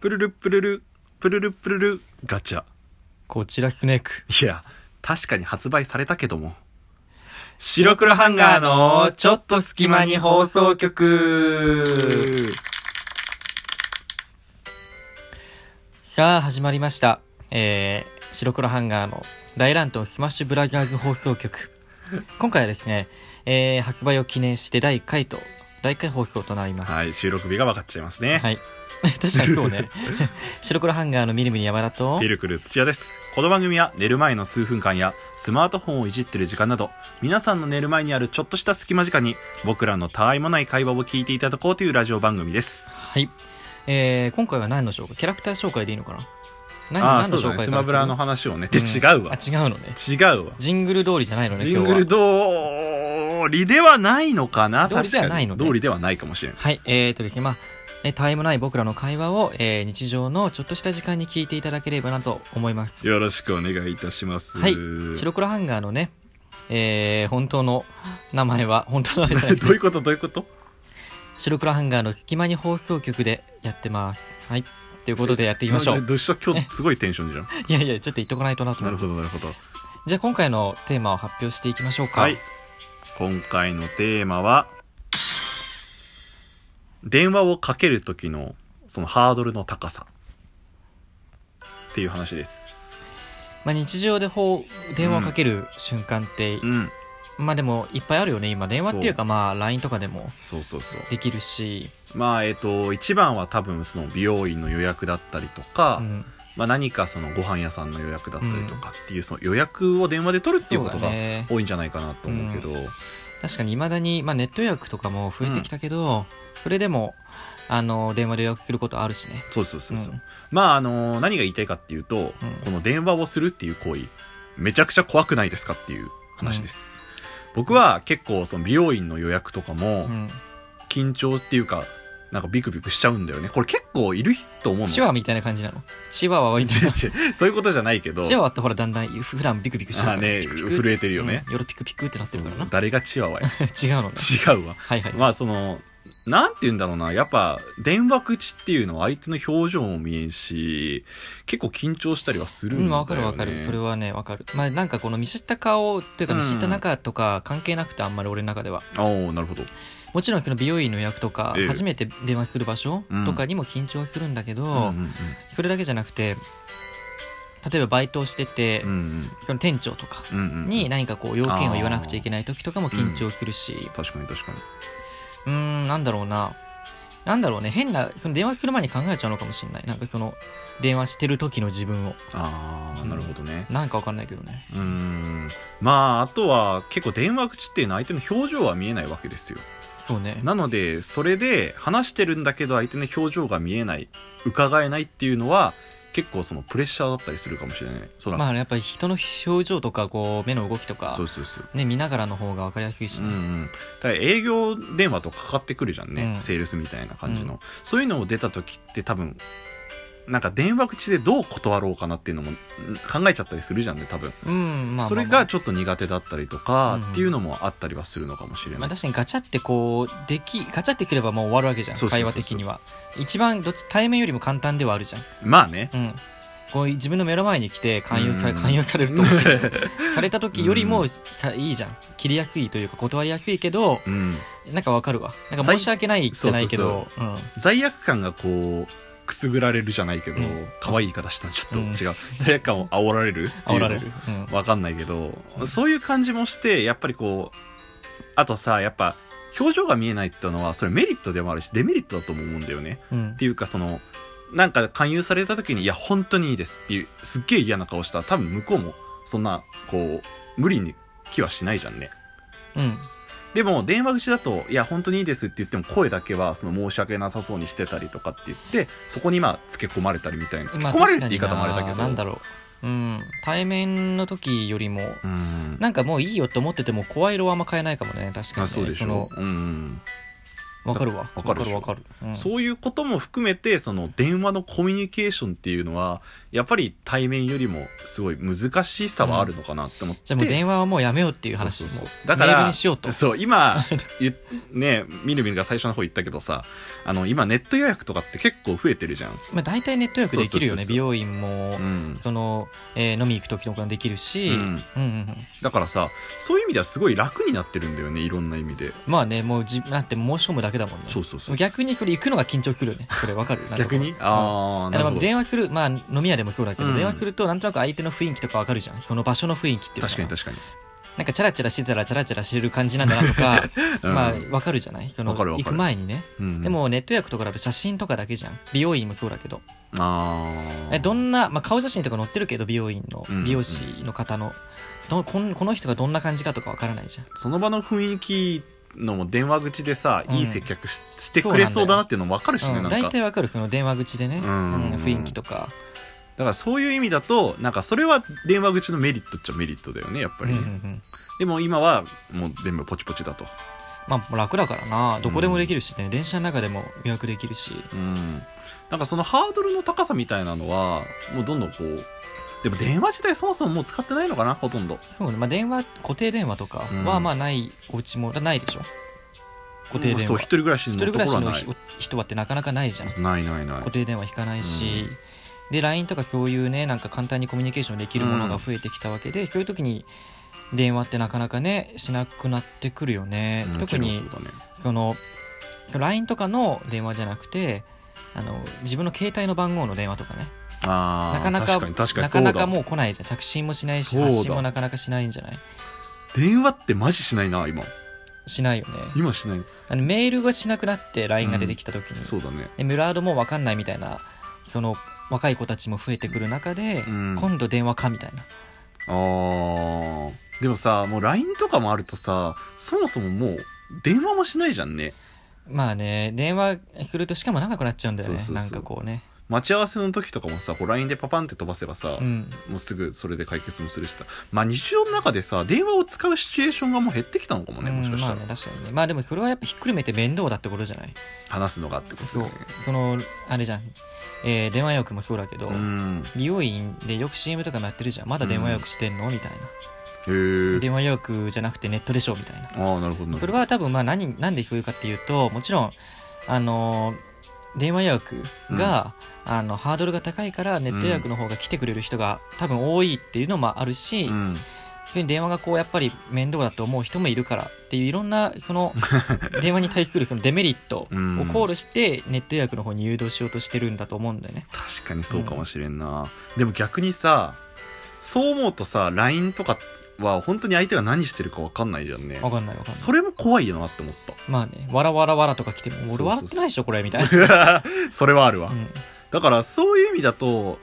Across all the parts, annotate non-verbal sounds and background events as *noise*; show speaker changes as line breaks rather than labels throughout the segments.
プルルプルル、プルルプルル、ガチャ。
こちらスネーク。
いや、確かに発売されたけども。白黒ハンガーのちょっと隙間に放送局。
さあ、始まりました。えー、白黒ハンガーの大乱闘スマッシュブラザーズ放送局。今回はですね、えー、発売を記念して第1回と、第1回放送となります。
はい、収録日が分かっちゃいますね。
はい。 *laughs* 確かにそうね。 *laughs* 白黒ハンガーのみるみる山田と
ピ、ルクル土屋です。この番組は寝る前の数分間やスマートフォンをいじってる時間など、皆さんの寝る前にあるちょっとした隙間時間に、僕らのたわいもない会話を聞いていただこうというラジオ番組です。
はい。えー、今回は何の紹介キャラクター紹介でいいのかな何
ああ、
何
そ
の
うだ
紹
ね。
介
ス
から
マ
する
ブラの話をね。で、
うん
違うわ。
あ、違うのね。
違うわ。
ジングル通りじゃないのね、
ジ
今
ン
日
グ
は
ル。通りではないのかな
通りではないの
確
ね
かに通りではないかもしれない。
はい、えーとですね、まあ、えタイムない僕らの会話を、えー日常のちょっとした時間に聞いていただければなと思います。
よろしくお願いいたします。
はい
ど
白黒ハンガーのね、えー本当の名前
*laughs*
は、本当の名前じゃなく
うい
て
う、ことどういうこと
白黒ハンガーの隙間に放送局でやってます。はい。ということでやっていきましょ
な
う。
どうした今日すごいテンションじゃん。
いやいや、ちょっと言っとかないとなと
な
思
る
って。
ほど、なるほど。
じゃあ今回のテーマを発表していきましょうか。
はい。今回のテーマは、電話をかける時の、そのハードルの高さ。っていう話です。
まあ、日常でほう電話をかける瞬間って、
うん。
まあでもいっぱいあるよね、今。電話っていうか、まあ LINE とかでも
そうそうそう。
できるし。
まあ、えっ、と、一番は多分その美容院の予約だったりとか、
うん
まあ、何かそのご飯屋さんの予約だったりとかっていうその予約を電話で取るっていうこと
そう
が
だね
多いんじゃないかなと思うけど、
確かにいまだに、まあ、ネット予約とかも増えてきたけど、それでもあの電話で予約することあるしね
そうそうそうそう、
うん
まああの何が言いたいかっていうと、この電話をするっていう行為めちゃくちゃ怖くないですかっていう話です、僕は結構その美容院の予約とかも
うん
緊張っていうかなんかビクビクしちゃうんだよねこれ結構いると思うの
チワワみたいな感じなのチワワ
*laughs*
はみたいな
そういうことじゃないけど
チワワってほらだんだん普段ビクビクしてる
あ
から
ーね
ピクピク
震えてるよね、
うん夜ピクピクってなってるからな違
誰がチワワ
*laughs*
や
うのね
違うわ
はいはい、
まあその、なんて言うんだろうな、やっぱ、電話口っていうのは相手の表情も見えんし、結構緊張したりはす
う
るんだよ、
ん、
ね。
わかるわかる。それはね、わかる。まあ、なんかこの見知った顔というか
うん
見知った中とか関係なくてあんまり俺の中では。
ああ、なるほど。
もちろんその美容院の予約とか
ええ、
初めて電話する場所
うん
とかにも緊張するんだけ
う
ど
ん、うん
それだけじゃなくて、例えばバイトをしてて、
うん。うん
その店長とか
うん。うんうん。
に何かこう要件を言わなくちゃいけない時とかも緊張するし、
確かに確かに。
うーん、なんだろうな。なんだろうね、変な、その電話する前に考えちゃうのかもしれない。なんかその、電話してる時の自分を。
ああ、なるほどね。
なんかわかんないけどね。
うん。まあ、あとは、結構電話口っていうのは相手の表情は見えないわけですよ。
そうね。
なので、それで話してるんだけど相手の表情が見えない、伺えないっていうのは、結構そのプレッシャーだったりするかもしれない。そら、
まあやっぱり人の表情とか、こう、目の動きとか
そ、うそうそう。
ね、見ながらの方がわかりやすいし
うんう
ね。
ん、だから営業電話とかかかってくるじゃんね、
うん
セールスみたいな感じの、
う
そういうのを出た時って多分なんか電話口でどう断ろうかなっていうのもん考えちゃったりするじゃんね多分、
うん、まあまあまあ。
それがちょっと苦手だったりとか、
うんうん
っていうのもあったりはするのかもしれ
ま
な
あ、
い、
確かにガチャってこうできガチャってすればもう終わるわけじゃん
そうそうそうそう
会話的には一番どっち対面よりも簡単ではあるじゃん、
まあね
うん、こう自分の目の前に来て勧誘され
うん
勧誘されると面白
*laughs*
い
う
された時よりもさいいじゃん切りやすいというか断りやすいけど
ん、
なんかわかるわなんか申し訳ないじゃないけどうん
罪悪感がこうくすぐられるじゃないけど、
うん
可愛い言い方したのちょっと
うん
違う、罪悪感を煽られるっていうの
煽られる、うん
わかんないけど、そういう感じもして、やっぱりこう、あとさ、やっぱ、表情が見えないってのは、それメリットでもあるし、デメリットだとも思うんだよね。
うん
っていうか、その、なんか勧誘された時に、いや、本当にいいですっていう、すっげえ嫌な顔したら、多分向こうも、そんな、こう、無理に気はしないじゃんね。
うん
でも、電話口だと、いや、本当にいいですって言っても、声だけは、その、申し訳なさそうにしてたりとかって言って、そこに、まあ、付け込まれたりみたいな。付け
まあ
込まれるって言い
確か
方
に
も
な
あれだけど。
なんだろう、うん、対面の時よりも
う。ん。
なんかもういいよって思ってても声色はあんま変えないかもね確かに、
あ
ね、
そうでし
その
ょ。うん。
わかるわ。
わかるでしょ
わかるわかる。うん
そういうことも含めて、その電話のコミュニケーションっていうのは、やっぱり対面よりもすごい難しさはあるのかなって思って、
じゃあもう電話はもうやめようっていう話
そうそうそう
もう
だか
メール
ら
にしようと
そう今言っ *laughs* ねみるみるが最初の方言ったけどさあの今ネット予約とかって結構増えてるじゃん、
まあ、大体ネット予約できるよね
そうそうそうそう
美容院も、
うん、
その、えー飲み行く時とかもできるし、
う
うんんうんうん
だからさそういう意味ではすごい楽になってるんだよねいろんな意味で
まあねもうじだって申し込むだけだもんね
そうそうそう
逆にそれ行くのが緊張するよねそれわかる
逆に
あ
ああな
あで
るほ
も
ど
電話するまあ飲み屋でもそうだけど、
うん
電話するとなんとなく相手の雰囲気とかわかるじゃんその場所の雰囲気っていうの
確かに確かに、
なんかチャラチャラしてたらチャラチャラしてる感じなんだ
*laughs*
なとか、
うん
まあわかるじゃないその
わかるわか
行
る
く前にね
うん
でもネット予約とかだと写真とかだけじゃん美容院もそうだけど
ああ
えどんな、まあ、顔写真とか載ってるけど美容院の
うん
美容師の方の、どこんこの人がどんな感じかとかわからないじゃん
その場の雰囲気のも電話口でさ、
うん
いい接客ししてくれそうだなっていうのも分かるしね、
うん
なんか
大体わかるその電話口でね、
うん
うん雰囲気とか、
だからそういう意味だとなんかそれは電話口のメリットっちゃメリットだよねやっぱりね、
うんうんうん
でも今はもう全部ポチポチだと
まあ楽だからなどこでもできるしね、電車の中でも予約できるし
うんなんかそのハードルの高さみたいなのはもうどんどんこうでも電話自体そもそももう使ってないのかなほとんど
そうね、まあ、電話固定電話とか
う
は
ん
まあないお家もだないでしょ固定
うん
電
そう
話
一
一
人暮らしの
人
と
暮
こ
ら
ろ
し
は
の
ない
ひ人はってなかなかないじゃん
ないないない
固定電話引かないし、で LINE とかそういうねなんか簡単にコミュニケーションできるものが増えてきたわけで、そういう時に電話ってなかなかねしなくなってくるよね、
うん
特に
そうだね
そのその LINE とかの電話じゃなくてあの自分の携帯の番号の電話とかね
あ
なかなか
確かに確かに
な
そ
か
うだ
なかもう来ないじゃん着信もしない
そ
し
うだ
発信もなかなかしないんじゃない
電話ってマジしないな今
しないよね
今しない
あのメールがしなくなって LINE が出てきた時に、
そうだね
でムラードも分かんないみたいなその若い子たちも増えてくる中で、
うん
今度電話かみたいな
あーでもさもう LINE とかもあるとさそもそももう電話もしないじゃんね
まあね電話するとしかも長くなっちゃうんだよね
そうそうそう
なんかこうね
待ち合わせの時とかもさこう LINE でパパンって飛ばせばさ、
うん
もうすぐそれで解決もするしさまあ日常の中でさ電話を使うシチュエーションがもう減ってきたのかもねもしかしたら、
うんまあね確かにねまあでもそれはやっぱひっくるめて面倒だってことじゃない
話すのがってことだ
そ
よ
う
ね
そのあれじゃん、えー電話予約もそうだけど、
うん
美容院でよく CM とかもやってるじゃんまだ電話予約してんの、みたいな
へえ
電話予約じゃなくてネットでしょみたいな
ああなるほどなるほど
それは多分まあ何なんでそういうかっていうともちろんあのー電話予約が、あのハードルが高いからネット予約の方が来てくれる人が多分多いっていうのもあるし、
うん
普通に電話がこうやっぱり面倒だと思う人もいるからっていういろんな
*laughs*
その電話に対するそのデメリットを考
うん
慮してネット予約の方に誘導しようとしてるんだと思うんだよね。
確かにそうかもしれんな、でも逆にさそう思うとさ LINE とかは本当に相手が何してるか分かんないじゃんね
わかんないわかんない。
それも怖いよなって思っ
まあね、わらわらわらとか来ても、
そうそ
俺
う
笑ってないでしょ、これ、みたいな。
た *laughs* それはあるわ、 *laughs*
うん、
だからそういう意味だと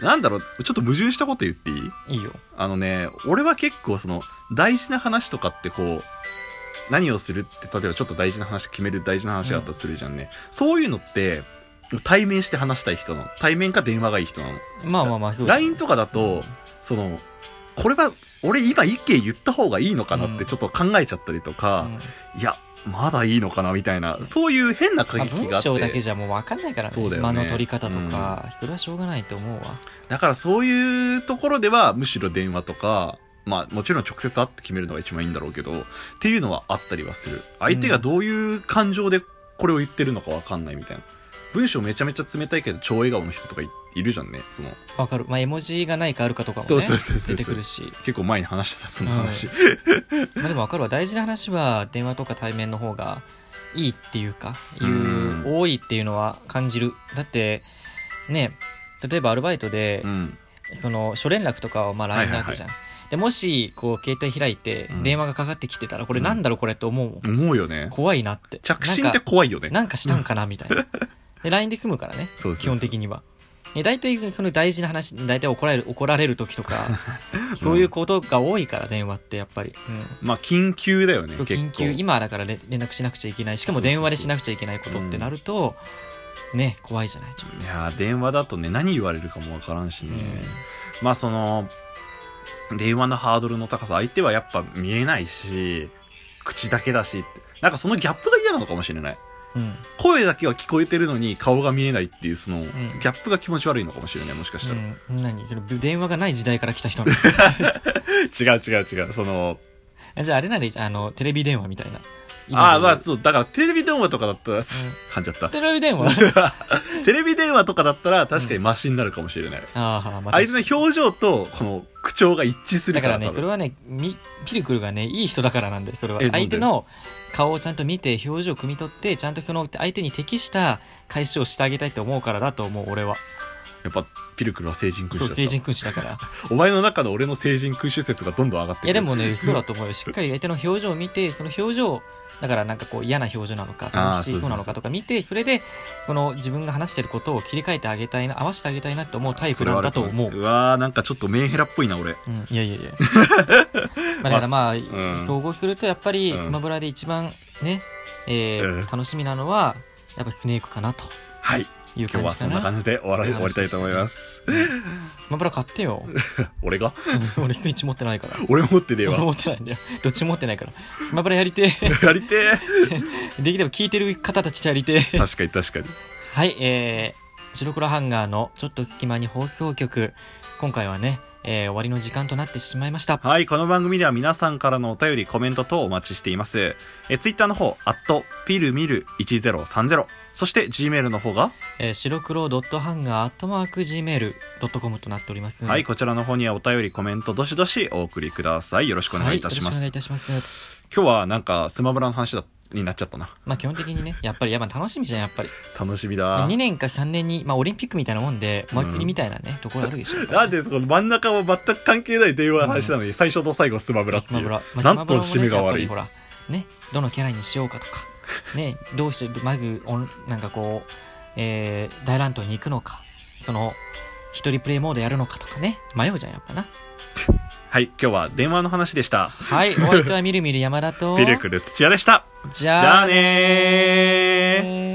なんだろうちょっと矛盾したこと言っていい
いいよ。
あのね俺は結構その大事な話とかってこう何をするって例えばちょっと大事な話決める大事な話があったとするじゃんね、そういうのって対面して話したい人なの対面か電話がいい人なの
まあまあまあ、そうだね
LINE とかだと、そのこれは俺今意見言った方がいいのかなって
うん
ちょっと考えちゃったりと
う
か、
ん
いやまだいいのかなみたいなそういう変な
まあ
駆け引きがあ
文
って
章だけじゃもう分かんないからね
そうだよね
間の取り方とか、それはしょうがないと思うわ
だからそういうところではむしろ電話とか、まあもちろん直接会って決めるのが一番いいんだろうけど、っていうのはあったりはする。相手がどういう感情でこれを言ってるのかわかんないみたいな。文章めちゃめちゃ冷たいけど超笑顔の人とかいいるじゃんね。その、
分かる、まあ、絵文字がないかあるかとかも、ね、
そうそうそうそう
出てくるし、
結構前に話してたその話。
まあ、でも分かるわ大事な話は電話とか対面の方がいいっていうかいう
うん
多いっていうのは感じるだってね例えばアルバイトで、
うん。
その初連絡とかはまあ
はい
LINE
はいはい
なわけじゃん、でもしこう携帯開いて
うん
電話がかかってきてたら、これなんだろうこれって思うもん、
思うよね。
怖いなって
着信っ
な
て
んか
怖いよね。
なんかしたんかなみたい
*laughs*
なで LINE で済むからね
そうそうそう
基本的には。ね大体その大事な話、大体怒られる、怒られる時と
*laughs*
か、そういうことが多いから、電話ってやっぱり。
まあ緊急だよ
う
ね。
ん、そう
結構
緊急、今だから連連絡しなくちゃいけない、し
そ
かも
うそうそう
電話でしなくちゃいけないことってなると、ね、怖いじゃない、ちょっと。
いやー電話だとね、何言われるかもわからんしね。まあその電話のハードルの高さ相手はやっぱ見えないし口だけだしってなんかそのギャップが嫌なのかもしれない
うん。
声だけは聞こえてるのに顔が見えないっていうその、
ん
ギャップが気持ち悪いのかもしれないもしかしたら、
うん、何それぶ電話がない時代から来た
*laughs*
人な
違う違う違うその
のじゃああれならいいじゃんあのテレビ電話みたいな
ああまあ
テ
そうだからテレビ電話とかだったら、噛んじゃった
レビ電 *laughs* 話
テレビ電話とかだったら確かにマシになるかもしれない、
ああまあ
あいつの表情とこの口調が一致する
だ
か
かららね
多分
それはねみピルクルがねいい人だからなんだよそれは
えなんで
相手の顔をちゃんと見て表情を汲み取ってちゃんとその相手に適した返しをしてあげたいと思うからだと思う俺は
やっぱピルクルは成人君
そう
主だ
成
った
人君子だから
お前の中の俺の成人君主説がどんどん上がってく
い
る
やでもね、そうだと思うよ。しっかり相手の表情を見て、その表情、だからなんかこう嫌な表情なのか、
あー
楽しそうなのかとか見て、それで、この自分が話してることを切り替えてあげたいな、合わせてあげたいなって思うタイプなんだと思う。
うわーなんかちょっとメンヘラっぽいな俺
うん、いやいやいや。まあだからまあ、
ん
総合するとやっぱり、
うん
スマブラで一番ね、えー
うん
楽しみなのは、やっぱスネークかなと
はい
いう
今日
感じ
は
か
そんな
な。
感じで終わら終わりたいと思います
スマブラ買っ
*laughs*
てよ。
俺が
俺スイッチ持ってないから。
俺持ってねえ
俺 *laughs*
わ
持ってないんだよ。どっちも持ってないから。スマブラやりてえ。
やりて
できれば聞いてる方たちとやりてえ。
え確かに確かに
はい、えー、白黒ハンガーのちょっと隙間に放送局。今回はね、えー終わりの時間となってしまいました。
はい、この番組では皆さんからのお便り、コメント等お待ちしています。え、ツイッターの方、アット、ピルミル1030。そして、Gmail の方が、
えー、白黒ドットハンガーアットマーク Gmail.com となっております。
はい、こちらの方にはお便り、コメント、どしどしお送りください。よろしくお願いいたします。
はい、よろしくお願いいたします。
今日はなんか、スマブラの話だ、になっちゃったな。
まあ基本的にね、やっぱり、やっぱ楽しみじゃん、やっぱり。
楽しみ
ま
だ
あ、2。年か3年に、まあオリンピックみたいなもんで、お祭りみたいなね、ところあるでしょ。
なんで、この真ん中は全く関係ない電話の話なのに、最初と最後スマブラって
ス
い
マ
う。
ブラ。まあ
なんと
スマブラ
締めが悪
もね
い
やっぱりほら、ね、どのキャラにしようかとか、ね、どうして、まず、おんなんかこう、えー、大乱闘に行くのか、その、一人プレイモードやるのかとかね、迷うじゃん、やっぱな。
はい、今日は電話の話でした。 *laughs*
はい、お相手はみるみる山田と、
ピルクル土屋でした。
じ
じゃ
ゃ
あ
あ
ねー。
ねー